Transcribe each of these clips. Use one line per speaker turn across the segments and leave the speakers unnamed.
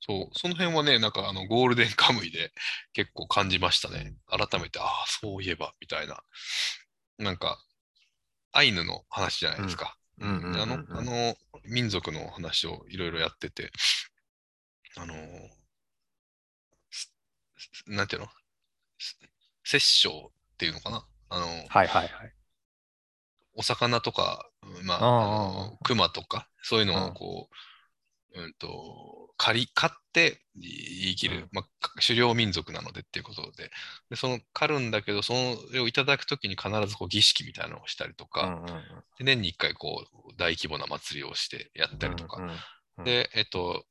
そう、その辺はね、なんかあのゴールデンカムイで結構感じましたね。改めて、ああ、そういえば、みたいな。なんか、アイヌの話じゃないですか。
うんうんうんうん
であの、あの民族の話をいろいろやってて、あのー、すすなんていうのす殺生っていうのかなあの、
はいはいはい。
お魚とか、うんまあ、
あ
あ
あ
の熊とか、そういうの
う
を
ん
こう、うんと、狩り、狩ってい生き
う
る
ん、
まあ、か狩猟民族なのでっていうことで、でその狩るんだけど、それをいただくときに必ずこう儀式みたいなのをしたりとか、
うんうんうん
で年に一回こう大規模な祭りをしてやったりとか、
うんうんうん
で、えっと、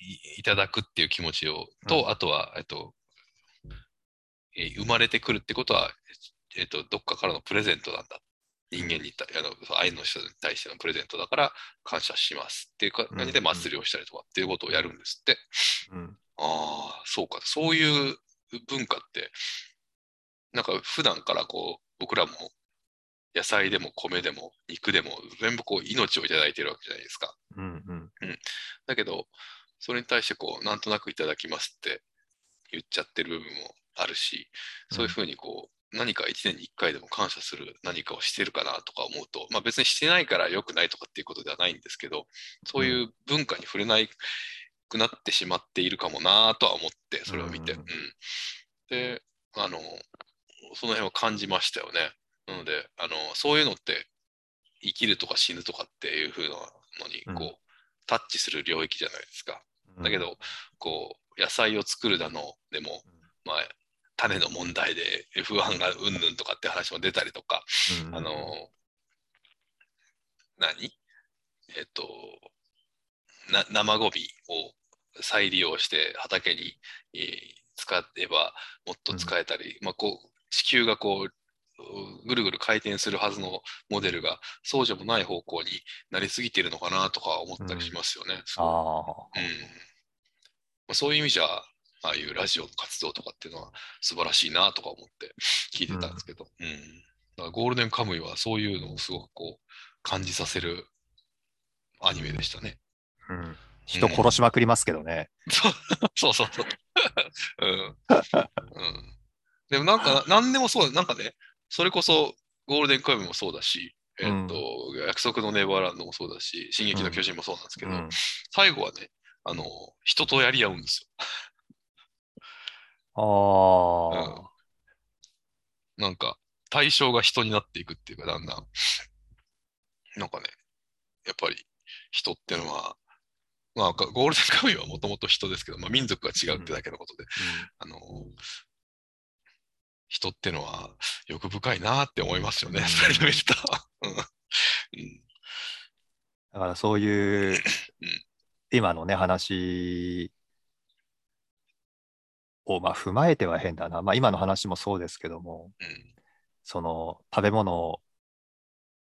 いいただくっていう気持ちをと、
うん
あとは、えっと、えー生まれてくるってことは、えっと、どっかからのプレゼントなんだ。人間にた、あの、愛の人に対してのプレゼントだから感謝しますっていうか感じで
うんうん
祭りをしたりとかっていうことをやるんですって。
うん
ああ、そうか、そういう文化って、なんか普段からこう、僕らも野菜でも米でも肉でも全部こう命をいただいてるわけじゃないですか。
うんうん
だけど、それに対してこう、なんとなくいただきますって言っちゃってる部分もあるし、そういうふうにこう、何か一年に一回でも感謝する何かをしてるかなとか思うと、まあ別にしてないから良くないとかっていうことではないんですけど、そういう文化に触れないくなってしまっているかもなとは思って、それを見て。
う
うんんで、あの、その辺は感じましたよね。なので、あの、そういうのって、生きるとか死ぬとかっていう風なのに、こう、
うん
タッチする領域じゃないですか。だけ、ど、こう、野菜を作るだの、でも、まあ、種の問題で F1 がうんぬんとかって話も出たりとか、
うんうん
あの、何えっと、な生ゴミを再利用して畑に、えー使えばもっと使えたり、まあこう、地球がこう、ぐるぐる回転するはずのモデルがそうじゃもない方向になりすぎてるのかなとか思ったりしますよね。すごい
あ
うんまあ、そういう意味じゃ、ああいうラジオの活動とかっていうのは素晴らしいなとか思って聞いてたんですけど、うんだからゴールデンカムイはそういうのをすごくこう感じさせるアニメでしたね。
あ、うん人殺しまくりますけどね。
そうそう そう。うんうん、でもなんか、なんでもそうだ、なんかね、それこそゴールデンカムイもそうだし、えっと約束のネバーランドもそうだし、進撃の巨人もそうなんですけど、
うん
最後はね、あの人とやり合うんですようん
ああ、
なんか、対象が人になっていくっていうか、だんだん。なんかね、やっぱり人ってのは、まあ、ゴールデンカムイはもともと人ですけど、まあ、民族が違うってだけのことで、あの、人ってのは欲深いなって思いますよね、
うん
それで見てた。うんうん
だからそういう
うん
今のね話をまあ踏まえては変だな、まあ、今の話もそうですけども
うん
その食べ物を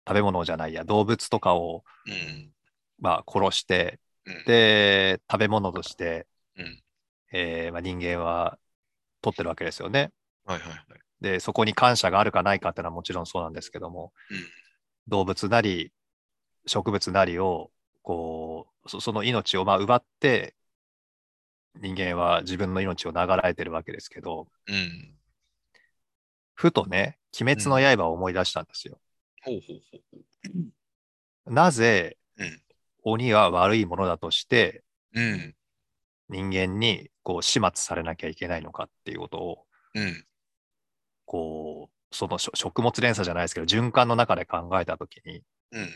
食べ物じゃないや動物とかを
うん
まあ殺して
うん
で食べ物として、
うん
えーまあ、人間は取ってるわけですよね。
はいはいはい。
でそこに感謝があるかないかっていうのはもちろんそうなんですけども、
うん
動物なり植物なりをこうそその命をまあ奪って人間は自分の命を長らえてるわけですけど
うん。
ふとね「鬼滅の刃」を思い出したんですよ。
ほうほうほうほう。
なぜ
うん
鬼は悪いものだとして
うん。
人間にこう始末されなきゃいけないのかっていうことを
うん。
こうその食食物連鎖じゃないですけど循環の中で考えた時に
うん。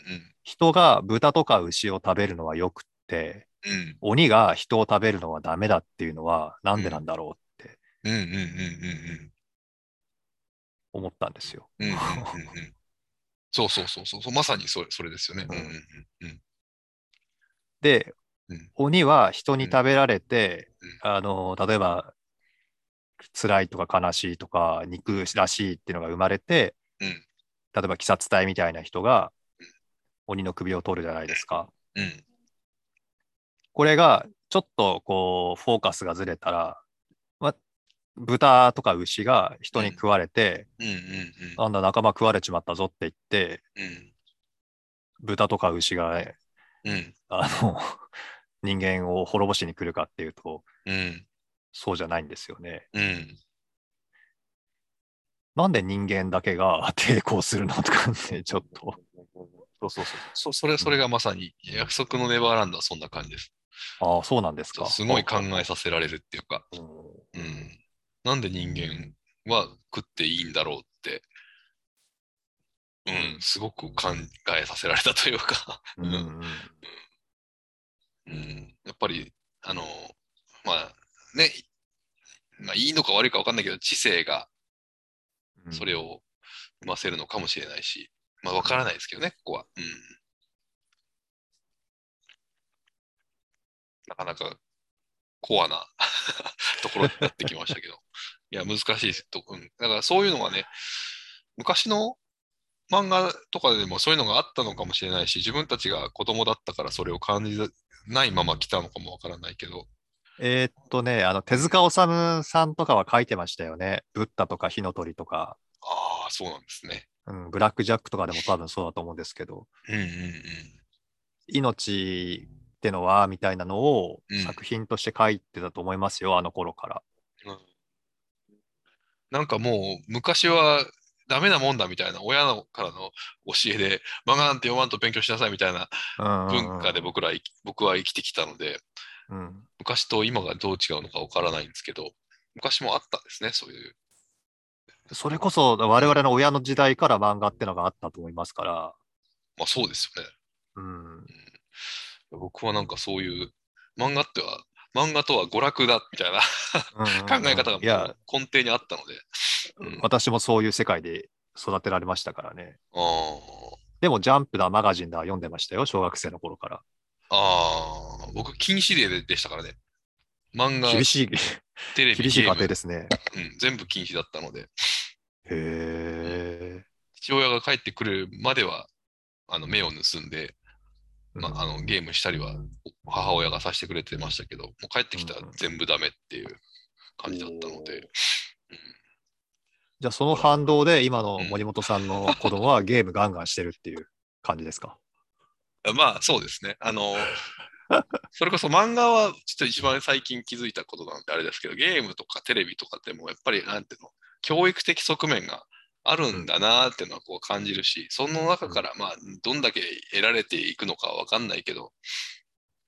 人が豚とか牛を食べるのはよくって
うん。
鬼が人を食べるのはダメだっていうのはなんでなんだろうって
うん。うん。うん。うん。うん。
思ったんですよ。
うんうんうんうんそうそうそうそうそう、まさにそれそれですよね。うんうんうん
で
うん
鬼は人に食べられて
うんうん、
あの例えば辛いとか悲しいとか憎らしいっていうのが生まれて、
うん
例えば鬼殺隊みたいな人が
うん
鬼の首を取るじゃないですか。
うん
これがちょっとこうフォーカスがずれたら、ま、豚とか牛が人に食われて、
うんうん
あんな仲間食われちまったぞって言って
うん
豚とか牛が
うんうん
あの 人間を滅ぼしに来るかっていうと、
うん。
そうじゃないんですよね。
うん。
なんで人間だけが 抵抗するのとかね、ちょっと。
そうそうそう。そそれ、それがまさに、約束のネバーランドはそんな感じです。
ああ、そうなんです
そう
か。
すごい考えさせられるっていうか、
うん。
うん。なんで人間は食っていいんだろうって、うん、すごく考えさせられたというか、
うんうん
うん、やっぱり、あの、まあ、ね、まあ、いいのか悪いか分かんないけど、知性が
うん
それを生ませるのかもしれないし、まあ、分からないですけどね、ここは。うん。なかなかコアな ところになってきましたけ ど。いや、難しいですと、うん。だからそういうのはね、昔の漫画とかでもそういうのがあったのかもしれないし、自分たちが子供だったからそれを感じないまま来たのかもわからないけど、
えーっとね、あの手塚治虫さんとかは書いてましたよね。ブッダとか火の鳥とか、
ああ、そうなんですね。
うん、ブラックジャックとかでも多分そうだと思うんですけど、
うんうん
命ってのはみたいなのを
うん
作品として書いてたと思いますよ、あの頃から。
うん。なんかもう昔はダメなもんだみたいな親のからの教えで漫画なんて読まんと勉強しなさいみたいな
うんうんうん
文化で、僕ら生き僕は生きてきたので
うん、
昔と今がどう違うのかわからないんですけど昔もあったんですねそういう
それこそ我々の親の時代から漫画ってのがあったと思いますから、
まあそうですよね
うん、
僕はなんかそういう漫画っては漫画とは娯楽だみたいな考え方がも
いや
う、根底にあったので、うん
私もそういう世界で育てられましたからね。
あ
でも、ジャンプだ、マガジンだ、読んでましたよ、小学生の頃から。
ーあー僕禁止令でしたからね漫画
厳しい、
テレビ
厳しい
ゲ
家
ーム
庭ですね。
うん、全部禁止だったので、
へえ。
父親が帰ってくるまでは、あの、目を盗んで、まあ、あの、ゲームしたりは、母親がさせてくれてましたけど、もう帰ってきたら
うんうん
全部ダメっていう感じだったので、
じゃあ、その反動で、今の森本さんの子供はゲームガンガンしてるっていう感じです か。
まあ、そうですね。あの、それこそ漫画は、ちょっと一番最近気づいたことなんであれですけど、ゲームとかテレビとかでも、やっぱり、なんていうの、教育的側面があるんだなーっていうのはこう感じるし、その中から、まあ、どんだけ得られていくのかはわかんないけど、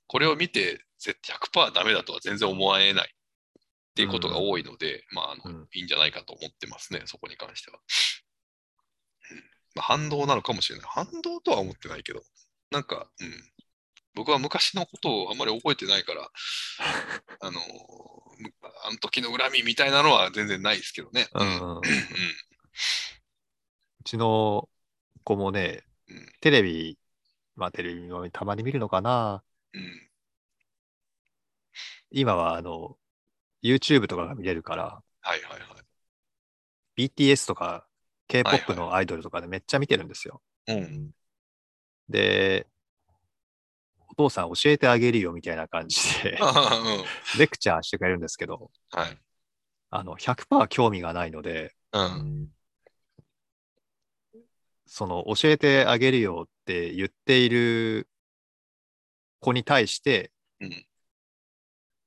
これを見て、ぜ100%ダメだとは全然思われないっていうことが多いので、まあ、あの
うん
いいんじゃないかと思ってますね、そこに関しては。うんまあ、反動なのかもしれない。反動とは思ってないけど、なんか、うん、僕は昔のことをあんまり覚えてない から、あの、あの時の恨みみたいなのは全然ないですけどね。うん
うんうちの子もね
うん、
テレビ、まあ、テレビをたまに見るのかな。
うん
今は、あの、YouTube とかが見れるから、
はいはいはい。
BTS とか
はい
K-POP のアイドルとかでめっちゃ見てるんですよ。
うん。、
で、お父さん教えてあげるよみたいな感じで
うん
レクチャーしてくれるんですけど、
はい。
あの、100%興味がないので、
うん。
その、教えてあげるよって言っている子に対して
うん、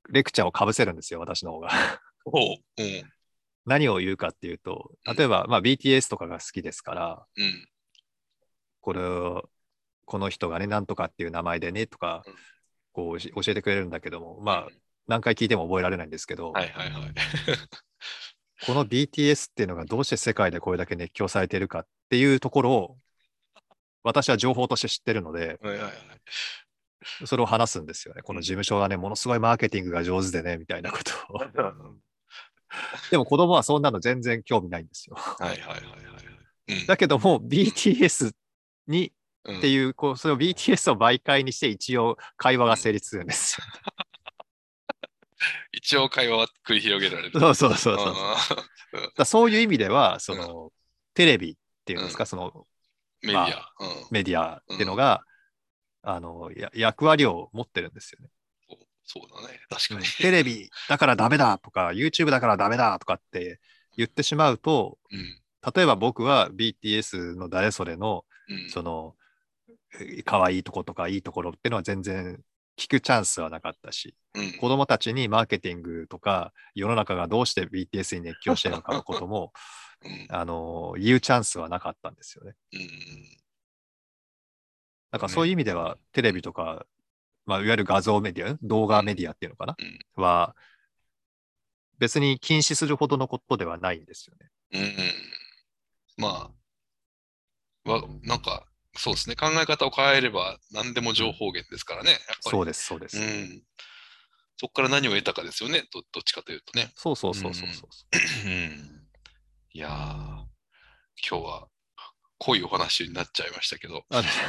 レクチャーをかぶせるんですよ、私の方が。
おう。うん。
何を言うかっていうと
うん、
例えば、まあ、BTS とかが好きですから、
うん。
これをこの人がね、なんとかっていう名前でねとか
うん、
こう教え教えてくれるんだけども、まあ
う、ん
何回聞いても覚えられないんですけど、
はいはい はい。
この BTS っていうのがどうして世界でこれだけ熱狂されてるかっていうところを、私は情報として知ってるので、
はいはい はい。
それを話すんですよね。この事務所がね、ものすごいマーケティングが上手でね、みたいなことを。でも子供はそんなの全然興味ないんですよ。
はいはいはいはい。
だけども、BTS に
うん。
って
うん
いう、こう、その BTS を媒介にして一応会話が成立するん ですよ。
一応会話は繰り広げられる。
そうそうそうそう。だか
あー
らそういう意味では、その、テレビっていうんですか、その
メディ
ま
ア。うん。
メディアっていうのが、あのや役割を持ってるんですよね。
そうそうだね。確かに。
テレビだからダメだとか、YouTube だからダメだとかって言ってしまうと、
うん。
例えば僕は BTS の誰それの、
うん。
その、え可愛いとことかいいところっていうのは全然聞くチャンスはなかったし、
うん
子供たちにマーケティングとか、世の中がどうして BTS に熱狂してるのかのことも、
うん
あの、言うチャンスはなかったんですよね。
うん
なんかそういう意味では、テレビとか、まあ、いわゆる画像メディア、ん動画メディアっていうのかな、は、別に禁止するほどのことではないんですよね。
うんまあ、わなんか、そうですね、考え方を変えれば何でも情報源ですからね、やっぱり。
そうです、そうです。
うん、そこから何を得たかですよね、どどっちかというとね。
そうそうそうそうそう。
うんいやー今日は濃いお話になっちゃいましたけど、
あ